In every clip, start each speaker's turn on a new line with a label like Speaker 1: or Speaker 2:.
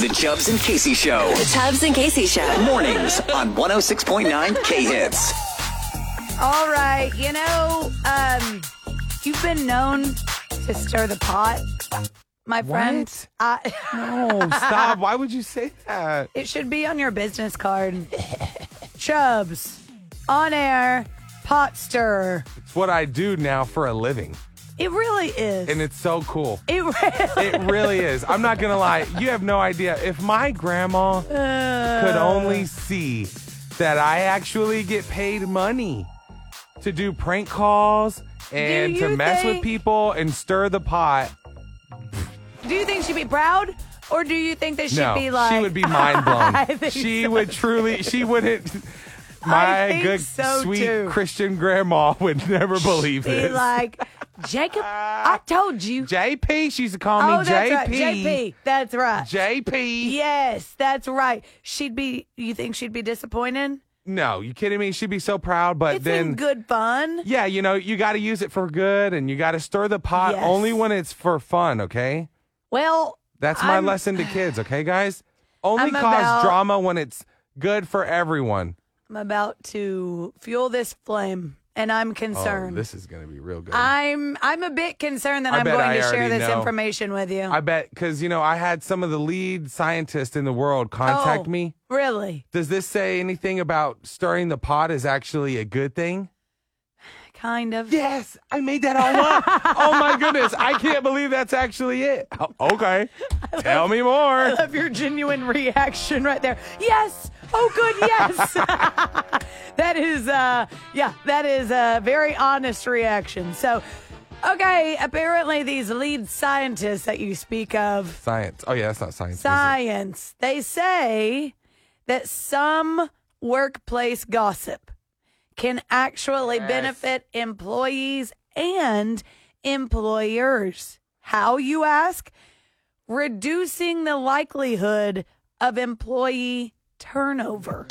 Speaker 1: The Chubbs and Casey Show.
Speaker 2: The Tubbs and Casey Show.
Speaker 1: Mornings on 106.9 K Hits.
Speaker 3: All right, you know, um, you've been known to stir the pot, my friend.
Speaker 4: What?
Speaker 3: I,
Speaker 4: No, stop. Why would you say that?
Speaker 3: it should be on your business card. Chubbs, on air, pot stirrer.
Speaker 4: It's what I do now for a living.
Speaker 3: It really is.
Speaker 4: And it's so cool.
Speaker 3: it really.
Speaker 4: It really is. I'm not going to lie. You have no idea. If my grandma could
Speaker 3: Uh.
Speaker 4: only see that I actually get paid money to do prank calls and
Speaker 3: you
Speaker 4: to mess
Speaker 3: think-
Speaker 4: with people and stir the pot,
Speaker 3: Do you think she'd be proud, or do you think that she'd
Speaker 4: no,
Speaker 3: be like?
Speaker 4: she would be mind blown.
Speaker 3: I think
Speaker 4: she
Speaker 3: so.
Speaker 4: would truly, she wouldn't. My
Speaker 3: think
Speaker 4: good,
Speaker 3: so,
Speaker 4: sweet
Speaker 3: too.
Speaker 4: Christian grandma would never believe
Speaker 3: be
Speaker 4: this.
Speaker 3: like, Jacob, I told you.
Speaker 4: JP. She used to call
Speaker 3: oh,
Speaker 4: me
Speaker 3: that's
Speaker 4: JP.
Speaker 3: right, JP. That's right.
Speaker 4: JP.
Speaker 3: Yes, that's right. She'd be. You think she'd be disappointed?
Speaker 4: No, you kidding me? She'd be so proud, but
Speaker 3: It's
Speaker 4: then.
Speaker 3: been good fun.
Speaker 4: Yeah, you know, you got to use it for good and you got to stir the pot
Speaker 3: Yes.
Speaker 4: only when it's for fun, okay?
Speaker 3: Well,
Speaker 4: That's my
Speaker 3: I'm-
Speaker 4: lesson to kids, okay, guys? Only
Speaker 3: I'm
Speaker 4: cause
Speaker 3: about-
Speaker 4: drama when it's good for everyone.
Speaker 3: I'm about to fuel this flame, and I'm
Speaker 4: Oh,
Speaker 3: concerned.
Speaker 4: this is going to be real good.
Speaker 3: I'm I'm a bit concerned that
Speaker 4: I
Speaker 3: I'm
Speaker 4: bet
Speaker 3: going
Speaker 4: I
Speaker 3: to share
Speaker 4: already
Speaker 3: this
Speaker 4: know.
Speaker 3: information with you.
Speaker 4: I bet, because, you know, I had some of the lead scientists in the world contact
Speaker 3: Oh.
Speaker 4: me.
Speaker 3: really?
Speaker 4: Does this say anything about stirring the pot is actually a good thing?
Speaker 3: Kind of.
Speaker 4: Yes, I made that all up. oh my goodness, I can't believe that's actually it. Oh, Okay, tell me more.
Speaker 3: Of your genuine reaction right there. Yes. Oh, good. Yes. that is, uh, yeah, that is a very honest reaction. So, okay, apparently these lead scientists that you speak of
Speaker 4: Science. Oh yeah, that's not science. is it?
Speaker 3: science. They say that some workplace gossip can actually benefit employees and employers. How, you ask? Reducing the likelihood of employee turnover.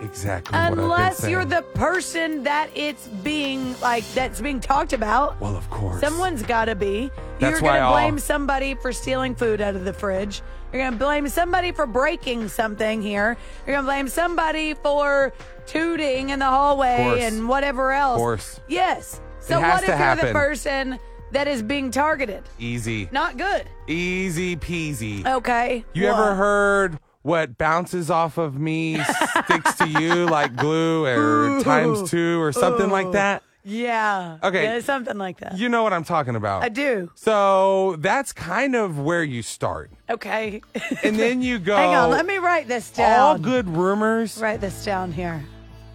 Speaker 4: Exactly. what I've been
Speaker 3: Unless you're
Speaker 4: saying.
Speaker 3: the person that it's being like that's being talked about.
Speaker 4: Well, of course.
Speaker 3: Someone's got to be. You're
Speaker 4: That's
Speaker 3: going
Speaker 4: why
Speaker 3: to
Speaker 4: I'll-
Speaker 3: blame somebody for stealing food out of the fridge. You're going to blame somebody for breaking something here. You're going to blame somebody for tooting in the hallway
Speaker 4: Course.
Speaker 3: and whatever else.
Speaker 4: Course.
Speaker 3: Yes. So
Speaker 4: has
Speaker 3: what
Speaker 4: to
Speaker 3: if you're the
Speaker 4: happen.
Speaker 3: person that is being targeted?
Speaker 4: Easy.
Speaker 3: Not good.
Speaker 4: Easy peasy.
Speaker 3: Okay.
Speaker 4: you
Speaker 3: Uh, What?
Speaker 4: ever heard what bounces off of me sticks to you like glue or times two or something like that?
Speaker 3: Yeah.
Speaker 4: Okay.
Speaker 3: Yeah, something like that.
Speaker 4: You know what I'm talking about.
Speaker 3: I do.
Speaker 4: So that's kind of where you start.
Speaker 3: Okay.
Speaker 4: And then you go.
Speaker 3: Hang on. Let me write this down.
Speaker 4: All good rumors
Speaker 3: Write this down here.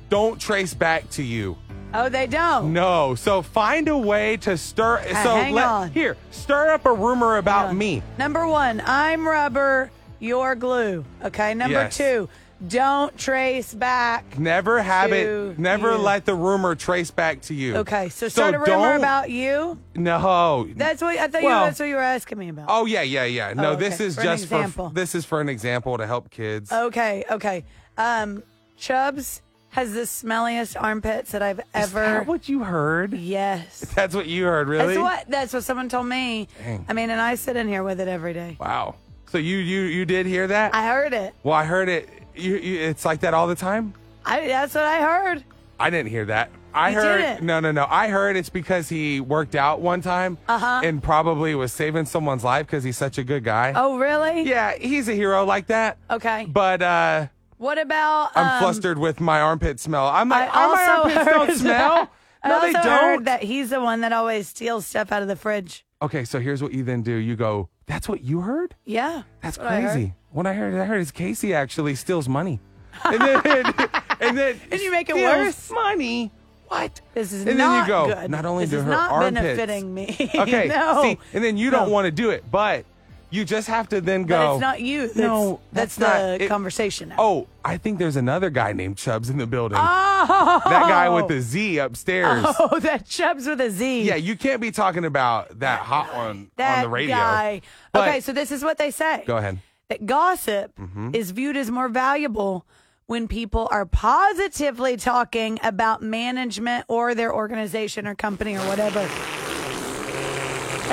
Speaker 4: don't trace back to you.
Speaker 3: Oh, they don't.
Speaker 4: No. So find a way to stir. so
Speaker 3: Uh, hang on.
Speaker 4: here, stir up a rumor about me.
Speaker 3: Number one, I'm rubber, you're glue. Okay. Number
Speaker 4: Yes.
Speaker 3: two, don't trace back.
Speaker 4: Never have
Speaker 3: To
Speaker 4: it. Never
Speaker 3: you.
Speaker 4: let the rumor trace back to you.
Speaker 3: Okay. So start a rumor
Speaker 4: don't-
Speaker 3: about you.
Speaker 4: No.
Speaker 3: That's what I thought you,
Speaker 4: Well-
Speaker 3: that's what you were asking me about.
Speaker 4: oh yeah, yeah, yeah.
Speaker 3: Oh,
Speaker 4: No,
Speaker 3: okay.
Speaker 4: this is
Speaker 3: For an
Speaker 4: just
Speaker 3: example. Oh,
Speaker 4: for this is for an example to help kids.
Speaker 3: Okay. Okay. Um, Chubbs has the smelliest armpits that I've
Speaker 4: Is
Speaker 3: ever.
Speaker 4: that what you heard?
Speaker 3: yes.
Speaker 4: That's what you heard, really?
Speaker 3: That's what. That's what someone told me.
Speaker 4: Dang.
Speaker 3: I mean, and I sit in here with it every day.
Speaker 4: Wow. So you you you did hear that?
Speaker 3: I heard it.
Speaker 4: well, I heard it. You, you, it's like that all the time.
Speaker 3: I, that's what I heard.
Speaker 4: I didn't hear that. I
Speaker 3: You
Speaker 4: heard
Speaker 3: didn't.
Speaker 4: no, no, no. I heard it's because he worked out one time
Speaker 3: Uh-huh.
Speaker 4: and probably was saving someone's life because he's such a good guy.
Speaker 3: Oh, really?
Speaker 4: Yeah, he's a hero like that.
Speaker 3: Okay.
Speaker 4: But uh,
Speaker 3: What about?
Speaker 4: I'm
Speaker 3: um,
Speaker 4: flustered with my armpit smell. I'm
Speaker 3: I
Speaker 4: like, oh, my
Speaker 3: also
Speaker 4: armpits
Speaker 3: heard-
Speaker 4: don't smell.
Speaker 3: I
Speaker 4: No,
Speaker 3: also
Speaker 4: they don't.
Speaker 3: heard that he's the one that always steals stuff out of the fridge.
Speaker 4: okay, so here's what you then do. You go, that's what you heard?
Speaker 3: Yeah,
Speaker 4: That's
Speaker 3: what I heard.
Speaker 4: crazy. What I heard, I heard is Casey actually steals money. And then, and then,
Speaker 3: And you make it
Speaker 4: steals
Speaker 3: worse.
Speaker 4: Money. What?
Speaker 3: This is
Speaker 4: and
Speaker 3: not
Speaker 4: then you go,
Speaker 3: good.
Speaker 4: Not only
Speaker 3: this
Speaker 4: do
Speaker 3: is
Speaker 4: her
Speaker 3: not
Speaker 4: armpits.
Speaker 3: benefiting me.
Speaker 4: Okay.
Speaker 3: no.
Speaker 4: See, and then you don't
Speaker 3: No.
Speaker 4: want to do it, but you just have to then
Speaker 3: But
Speaker 4: go.
Speaker 3: it's not you. That's,
Speaker 4: no,
Speaker 3: that's,
Speaker 4: that's, not
Speaker 3: the
Speaker 4: it-
Speaker 3: conversation. Now.
Speaker 4: Oh, I think there's another guy named Chubbs in the building.
Speaker 3: Oh!
Speaker 4: that guy with the Z upstairs.
Speaker 3: oh, that Chubbs with a Z.
Speaker 4: Yeah, you can't be talking about that hot one
Speaker 3: that
Speaker 4: on the radio.
Speaker 3: guy.
Speaker 4: But-
Speaker 3: okay, so this is what they say.
Speaker 4: Go ahead.
Speaker 3: that gossip
Speaker 4: Mm-hmm.
Speaker 3: is viewed as more valuable when people are positively talking about management or their organization or company or whatever.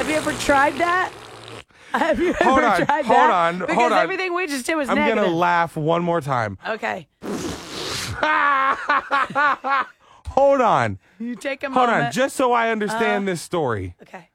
Speaker 3: Have you ever tried that? Have you
Speaker 4: Hold
Speaker 3: ever
Speaker 4: on,
Speaker 3: tried
Speaker 4: hold
Speaker 3: that?
Speaker 4: on,
Speaker 3: because
Speaker 4: hold on.
Speaker 3: everything we just did was
Speaker 4: I'm
Speaker 3: negative.
Speaker 4: gonna laugh one more time.
Speaker 3: Okay,
Speaker 4: Hold on,
Speaker 3: you take a
Speaker 4: hold
Speaker 3: moment. Uh.
Speaker 4: on. Just so I understand this story,
Speaker 3: okay.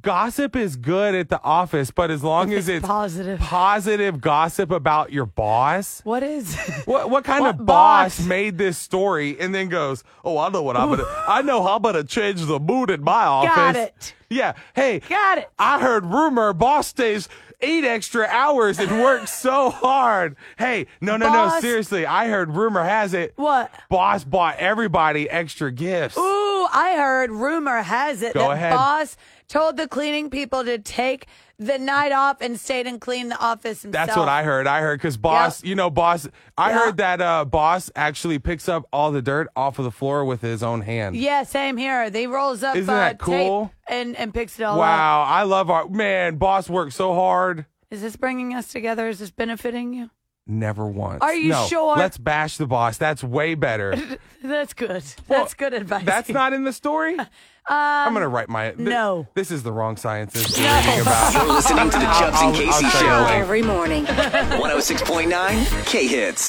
Speaker 4: gossip is good at the office, but as long as it's
Speaker 3: positive.
Speaker 4: positive gossip about your boss.
Speaker 3: What is?
Speaker 4: What, what kind
Speaker 3: What
Speaker 4: of boss,
Speaker 3: boss?
Speaker 4: made this story and then goes, Oh, I know what I'm gonna I know how I'm gonna change the mood in my office.
Speaker 3: Got it.
Speaker 4: Yeah. Hey,
Speaker 3: Got it.
Speaker 4: I heard rumor boss stays eight extra hours and works so hard. Hey, no, no, no,
Speaker 3: Boss-
Speaker 4: seriously. I heard rumor has it.
Speaker 3: What?
Speaker 4: Boss bought everybody extra gifts.
Speaker 3: Ooh, I heard rumor has it
Speaker 4: Go
Speaker 3: that
Speaker 4: ahead.
Speaker 3: boss told the cleaning people to take the night off and stayed and cleaned the office himself.
Speaker 4: That's what I heard. I heard because boss, you know, boss. I
Speaker 3: Yeah.
Speaker 4: heard that uh, boss actually picks up all the dirt off of the floor with his own hand.
Speaker 3: Yeah, same here. They rolls up
Speaker 4: Isn't
Speaker 3: uh,
Speaker 4: that cool?
Speaker 3: tape and and picks it all up.
Speaker 4: Wow, I love our man. Boss worked so hard.
Speaker 3: Is this bringing us together? Is this benefiting you?
Speaker 4: Never once.
Speaker 3: Are you
Speaker 4: No,
Speaker 3: sure?
Speaker 4: Let's bash the boss. That's way better.
Speaker 3: That's good.
Speaker 4: Well,
Speaker 3: That's good advice.
Speaker 4: That's not in the story. I'm gonna write my. thi-
Speaker 3: Um, no.
Speaker 4: This is the wrong sciences.
Speaker 3: No.
Speaker 1: You're listening to the Chubbs and
Speaker 4: I'll- I'll
Speaker 1: Casey
Speaker 4: tell you
Speaker 1: Show.
Speaker 4: later.
Speaker 2: Every morning.
Speaker 1: 106.9 K Hits.